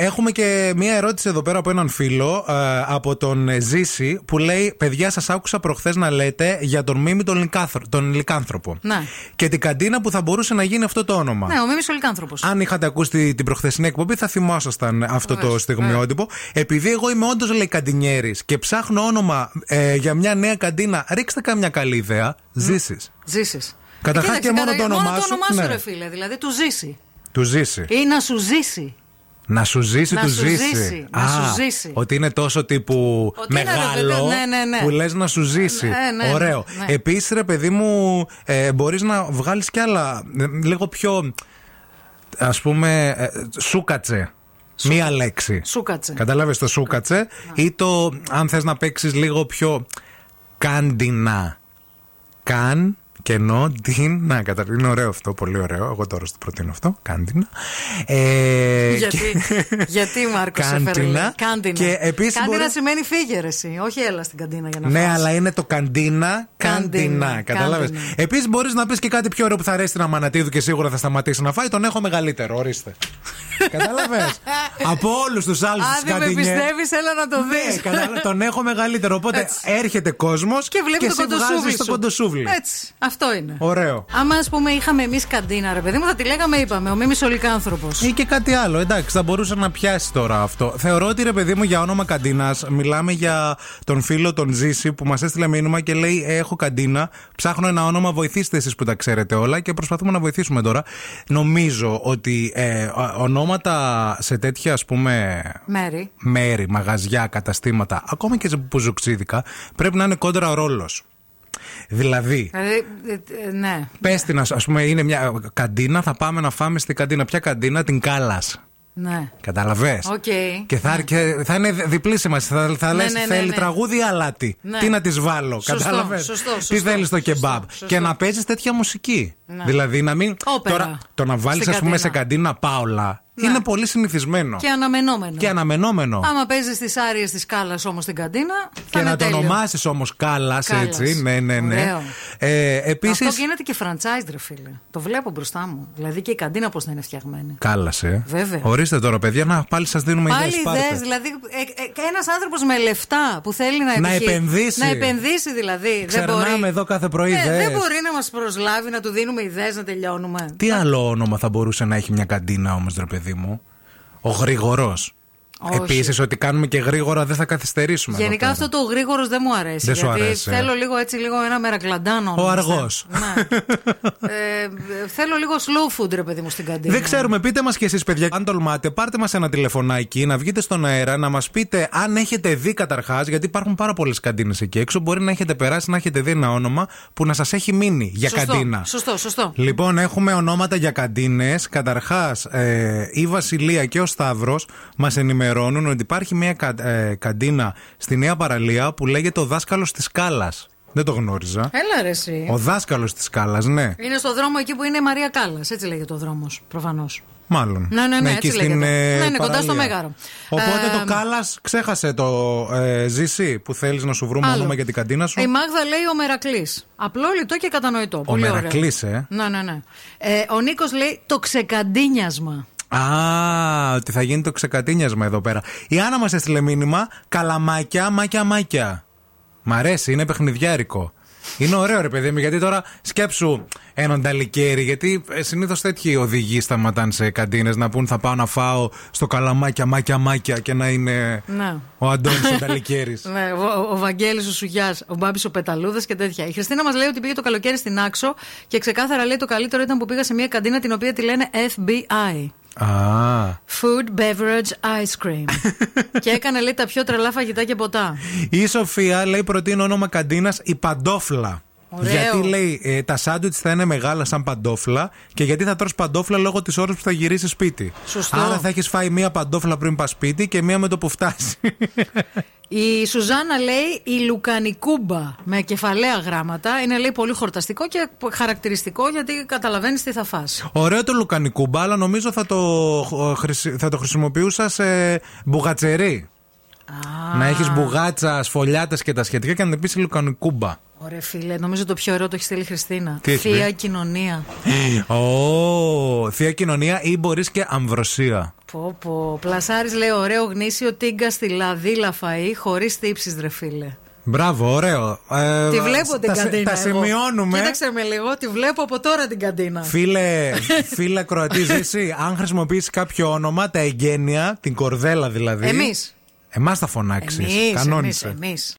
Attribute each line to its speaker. Speaker 1: Έχουμε και μία ερώτηση εδώ πέρα από έναν φίλο, ε, από τον Ζήση, που λέει: Παιδιά, σας άκουσα προχθές να λέτε για τον Μίμη τον, λυκάνθρω... τον Λυκάνθρωπο.
Speaker 2: Ναι.
Speaker 1: Και την καντίνα που θα μπορούσε να γίνει αυτό το όνομα.
Speaker 2: Ναι, ο Μίμης ο Λυκάνθρωπος.
Speaker 1: Αν είχατε ακούσει την προχθεσινή εκπομπή, θα θυμόσασταν αυτό το
Speaker 2: Βέβαια.
Speaker 1: στιγμιότυπο.
Speaker 2: ναι.
Speaker 1: Επειδή εγώ είμαι όντως λέει καντινιέρης και ψάχνω όνομα ε, για μια νέα καντίνα, ρίξτε καμιά καλή ιδέα.
Speaker 2: Ναι.
Speaker 1: Ζήσει.
Speaker 2: Ζήσει.
Speaker 1: Καταρχάς και μόνο το όνομά
Speaker 2: Μόνο
Speaker 1: σου,
Speaker 2: το όνομά σου,
Speaker 1: ναι.
Speaker 2: ρε φίλε. Δηλαδή του ζήσει.
Speaker 1: Του ζήσει.
Speaker 2: Ή να σου ζήσει.
Speaker 1: Να σου ζήσει,
Speaker 2: Να
Speaker 1: του
Speaker 2: σου
Speaker 1: ζήσει.
Speaker 2: ζήσει, να σου ζήσει.
Speaker 1: Ότι είναι τόσο τύπου
Speaker 2: Ότι είναι, ρε,
Speaker 1: μεγάλο
Speaker 2: βέβαια, ναι, ναι, ναι.
Speaker 1: που λες να σου ζήσει.
Speaker 2: Ναι, ναι,
Speaker 1: Ωραίο.
Speaker 2: ναι, ναι.
Speaker 1: Επίσης, ρε παιδί μου, ε, μπορείς να βγάλεις κι άλλα ε, λίγο πιο. Ας πούμε, ε, σούκατσε. Μία λέξη.
Speaker 2: Σούκατσε.
Speaker 1: Κατάλαβε το σούκατσε. Ή το, αν θες να παίξεις λίγο πιο. Κάντινα. Καν, κενό, την. Να, καταρχήν είναι ωραίο αυτό, πολύ ωραίο. Εγώ τώρα στο προτείνω αυτό. Κάντινα. Ε,
Speaker 2: Γιατί,
Speaker 1: και-
Speaker 2: γιατί Μάρκος σε
Speaker 1: Κάντινα.
Speaker 2: φέρνει. Κάντινα.
Speaker 1: Και επίσης
Speaker 2: Κάντινα
Speaker 1: μπορεί-
Speaker 2: σημαίνει φύγε ρε εσύ. Όχι έλα στην καντίνα για να
Speaker 1: Ναι,
Speaker 2: φας.
Speaker 1: αλλά είναι το καντίνα, καντινά.
Speaker 2: Καντίνα,
Speaker 1: Κατάλαβες.
Speaker 2: καντίνα.
Speaker 1: Επίσης, μπορείς να πεις και κάτι πιο ωραίο που θα αρέσει την Αμανατίδου και σίγουρα θα σταματήσει να φάει. Τον έχω μεγαλύτερο, ορίστε. Κατάλαβες. Από όλους τους άλλους
Speaker 2: Αν
Speaker 1: του
Speaker 2: δεν με πιστεύει, έλα να το
Speaker 1: Ναι,
Speaker 2: δεις.
Speaker 1: κατάλαβα, τον έχω μεγαλύτερο. Οπότε έρχεται κόσμος
Speaker 2: και βλέπει το
Speaker 1: εσύ βγάζεις
Speaker 2: κοντοσούβλι.
Speaker 1: το
Speaker 2: σου.
Speaker 1: κοντοσούβλι.
Speaker 2: Έτσι. Αυτό είναι.
Speaker 1: Ωραίο.
Speaker 2: Άμα ας πούμε είχαμε εμείς καντίνα, ρε παιδί μου, θα τη λέγαμε, είπαμε. Ο Μίμης ο Λυκάνθρωπο.
Speaker 1: Ή και κάτι άλλο, εντάξει, θα μπορούσε να πιάσει τώρα αυτό. Θεωρώ ότι ρε παιδί μου για όνομα καντίνας, μιλάμε για τον φίλο τον Ζήση που μας έστειλε μήνυμα και λέει: «Ε, Έχω καντίνα, ψάχνω ένα όνομα, βοηθήστε εσείς που τα ξέρετε όλα και προσπαθούμε να βοηθήσουμε τώρα. Νομίζω ότι ε, ο- ονόματα σε τέτοια ας πούμε
Speaker 2: Μέρι.
Speaker 1: μέρη, μαγαζιά, καταστήματα, ακόμα και σε πουζουξίδικα, πρέπει να είναι κόντρα ρόλος. Δηλαδή,
Speaker 2: Δηλαδή, ε, ε, ναι.
Speaker 1: πες την, ας πούμε, είναι μια καντίνα, θα πάμε να φάμε στην καντίνα. Ποια καντίνα, την κάλας.
Speaker 2: Ναι.
Speaker 1: Καταλαβέ.
Speaker 2: Οκ.
Speaker 1: Και θα, και θα είναι διπλή σημασία. Θα, θα
Speaker 2: Ναι,
Speaker 1: λες,
Speaker 2: ναι, ναι,
Speaker 1: θέλει
Speaker 2: ναι.
Speaker 1: τραγούδι ή αλάτι.
Speaker 2: Ναι.
Speaker 1: Τι να της βάλω,
Speaker 2: Σωστό,
Speaker 1: κατάλαβες.
Speaker 2: σωστό,
Speaker 1: Τι
Speaker 2: σωστό,
Speaker 1: θέλεις το
Speaker 2: σωστό,
Speaker 1: κεμπάμπ.
Speaker 2: σωστό. Ναι.
Speaker 1: Και να παίζεις τέτοια μουσική. Δηλαδή να μην.
Speaker 2: Όπερα.
Speaker 1: Τώρα, το να βάλει,
Speaker 2: Στην
Speaker 1: ας πούμε, σε
Speaker 2: καντίνα. Ναι.
Speaker 1: καντίνα πάολα είναι πολύ συνηθισμένο.
Speaker 2: Και αναμενόμενο.
Speaker 1: Και αναμενόμενο.
Speaker 2: Άμα παίζεις τις άριες της κάλας όμως στην καντίνα. Θα
Speaker 1: Και
Speaker 2: είναι
Speaker 1: να το
Speaker 2: τέλειο.
Speaker 1: ονομάσεις όμως κάλας,
Speaker 2: Κάλλας.
Speaker 1: έτσι. Ναι, ναι, ναι.
Speaker 2: Ωραίο.
Speaker 1: Ε, Επίσης.
Speaker 2: Αυτό γίνεται και franchise, ρε φίλε. Το βλέπω μπροστά μου. Δηλαδή και η καντίνα πώς θα είναι φτιαγμένη.
Speaker 1: Κάλασε.
Speaker 2: Βέβαια.
Speaker 1: Ορίστε τώρα, παιδιά, να πάλι σας δίνουμε
Speaker 2: Πάλι
Speaker 1: ιδέες, πάρτε.
Speaker 2: ιδέε, δηλαδή ένας άνθρωπος με λεφτά που θέλει να,
Speaker 1: Να
Speaker 2: επιχει-
Speaker 1: επενδύσει.
Speaker 2: Να επενδύσει δηλαδή. δεν
Speaker 1: Ξερνάμε
Speaker 2: μπορεί.
Speaker 1: εδώ κάθε πρωί
Speaker 2: Ε,
Speaker 1: ιδέες.
Speaker 2: δεν μπορεί να μας προσλάβει να του δίνουμε ιδέες να τελειώνουμε.
Speaker 1: Τι άλλο όνομα θα μπορούσε να έχει μια καντίνα όμως, ρε παιδί μου. Ο γρήγορο.
Speaker 2: Όχι.
Speaker 1: Επίσης, ότι κάνουμε και γρήγορα δεν θα καθυστερήσουμε. εδώ
Speaker 2: Γενικά
Speaker 1: πέρα.
Speaker 2: αυτό το γρήγορος δεν μου αρέσει.
Speaker 1: Δεν σου
Speaker 2: γιατί
Speaker 1: αρέσει, ε.
Speaker 2: θέλω λίγο έτσι, λίγο ένα μερακλαντάνο.
Speaker 1: Ο
Speaker 2: όμως,
Speaker 1: αργό.
Speaker 2: ε. Ναι. ε, ε, θέλω λίγο slow food, ρε παιδί μου, στην καντίνα.
Speaker 1: Δεν ξέρουμε, πείτε μας κι εσείς, παιδιά, αν τολμάτε, πάρτε μας ένα τηλεφωνάκι, να βγείτε στον αέρα, να μας πείτε αν έχετε δει καταρχάς, γιατί υπάρχουν πάρα πολλές καντίνες εκεί έξω. Μπορεί να έχετε περάσει, να έχετε δει ένα όνομα που να σας έχει μείνει για
Speaker 2: σωστό,
Speaker 1: καντίνα.
Speaker 2: Σωστό, σωστό.
Speaker 1: Λοιπόν, έχουμε ονόματα για καντίνες. Καταρχάς, ε, η Βασιλεία και ο Σταύρος μας ενημερώνουν ότι υπάρχει μια κα, ε, καντίνα στη Νέα Παραλία που λέγεται Ο Δάσκαλος της Κάλα. Δεν το γνώριζα.
Speaker 2: Έλα ρε εσύ.
Speaker 1: Ο Δάσκαλος της Κάλας, ναι.
Speaker 2: Είναι στο δρόμο εκεί που είναι η Μαρία Κάλλα. Έτσι λέγεται ο δρόμος, προφανώς.
Speaker 1: Μάλλον.
Speaker 2: Ναι, ναι, ναι,
Speaker 1: εκεί
Speaker 2: έτσι λέγεται.
Speaker 1: ε,
Speaker 2: Ναι, ναι, κοντά
Speaker 1: παραλία.
Speaker 2: στο Μέγαρο.
Speaker 1: Οπότε
Speaker 2: Ε,
Speaker 1: το Κάλας ξέχασε το ε, ζήσι που θέλεις να σου βρούμε όνομα για την καντίνα σου.
Speaker 2: Η Μάγδα λέει ο Μερακλής. Απλό, λιτό και κατανοητό. Πολύ ωραίο.
Speaker 1: Μερακλής, ε.
Speaker 2: Ναι, ναι, ναι. Ε, ο Νίκος λέει το ξεκαντίνιασμα.
Speaker 1: Α, ότι θα γίνει το ξεκατίνιασμα εδώ πέρα. Η Άννα μας έστειλε μήνυμα καλαμάκια, μάκια, μάκια. Μ' αρέσει, είναι παιχνιδιάρικο. Είναι ωραίο ρε παιδί μου, γιατί τώρα σκέψου έναν ταλικέρι, γιατί συνήθως τέτοιοι οδηγοί σταματάνε σε καντίνες να πούν θα πάω να φάω στο καλαμάκια, μάκια, μάκια και να είναι
Speaker 2: Ναι.
Speaker 1: ο Αντώνης ο ταλικέρι.
Speaker 2: Ναι, ο, ο Βαγγέλης ο Σουγιάς, ο Μπάμπης ο Πεταλούδας και τέτοια. Η Χριστίνα μας λέει ότι πήγε το καλοκαίρι στην Άξο και ξεκάθαρα λέει το καλύτερο ήταν που πήγα σε μια καντίνα την οποία τη λένε FBI.
Speaker 1: Α.
Speaker 2: Food, beverage, ice cream. και έκανε λέει τα πιο τρελά φαγητά και ποτά.
Speaker 1: Η Σοφία λέει προτείνει όνομα καντίνας η Παντόφλα.
Speaker 2: Ωραίο.
Speaker 1: Γιατί λέει ε, τα σάντουιτ θα είναι μεγάλα σαν παντόφλα και γιατί θα τρως παντόφλα λόγω της ώρας που θα γυρίσεις σπίτι.
Speaker 2: Σωστό.
Speaker 1: Άρα θα έχεις φάει μία παντόφλα πριν πας σπίτι και μία με το που φτάσεις.
Speaker 2: Η Σουζάνα λέει η Λουκανικούμπα με κεφαλαία γράμματα. Είναι λέει πολύ χορταστικό και χαρακτηριστικό γιατί καταλαβαίνεις τι θα φας.
Speaker 1: Ωραίο το λουκανικούμπα, αλλά νομίζω θα το, ε, χρησι- θα το χρησιμοποιούσας σε μπουγατσερί. Να έχεις μπουγάτσα, σφολιάτες και τα σχετικά και να την πεις λουκανικούμπα.
Speaker 2: Ωραία, φίλε, νομίζω το πιο ωραίο το έχει στείλει η Χριστίνα.
Speaker 1: Τι έχει πει?
Speaker 2: Θεία κοινωνία.
Speaker 1: Ω, θεία κοινωνία ή μπορείς και αμβροσία.
Speaker 2: Πω, πω. Πλασάρης λέει ωραίο γνήσιο τίγκα στη λαδίλα φαΐ χωρίς τύψει, ρε φίλε.
Speaker 1: Μπράβο, ωραίο. Ε,
Speaker 2: Τη βλέπω την
Speaker 1: τα,
Speaker 2: καντίνα.
Speaker 1: Τα
Speaker 2: εγώ.
Speaker 1: σημειώνουμε.
Speaker 2: Κοίταξε με λίγο, τη βλέπω από τώρα την καντίνα.
Speaker 1: Φίλε, φίλε Κροατή, εσύ, αν χρησιμοποιήσεις κάποιο όνομα, τα εγγένεια, την κορδέλα δηλαδή.
Speaker 2: Εμείς.
Speaker 1: Εμάς θα φωνάξεις.
Speaker 2: Εμείς,
Speaker 1: Κανόνισε.
Speaker 2: εμείς, εμείς.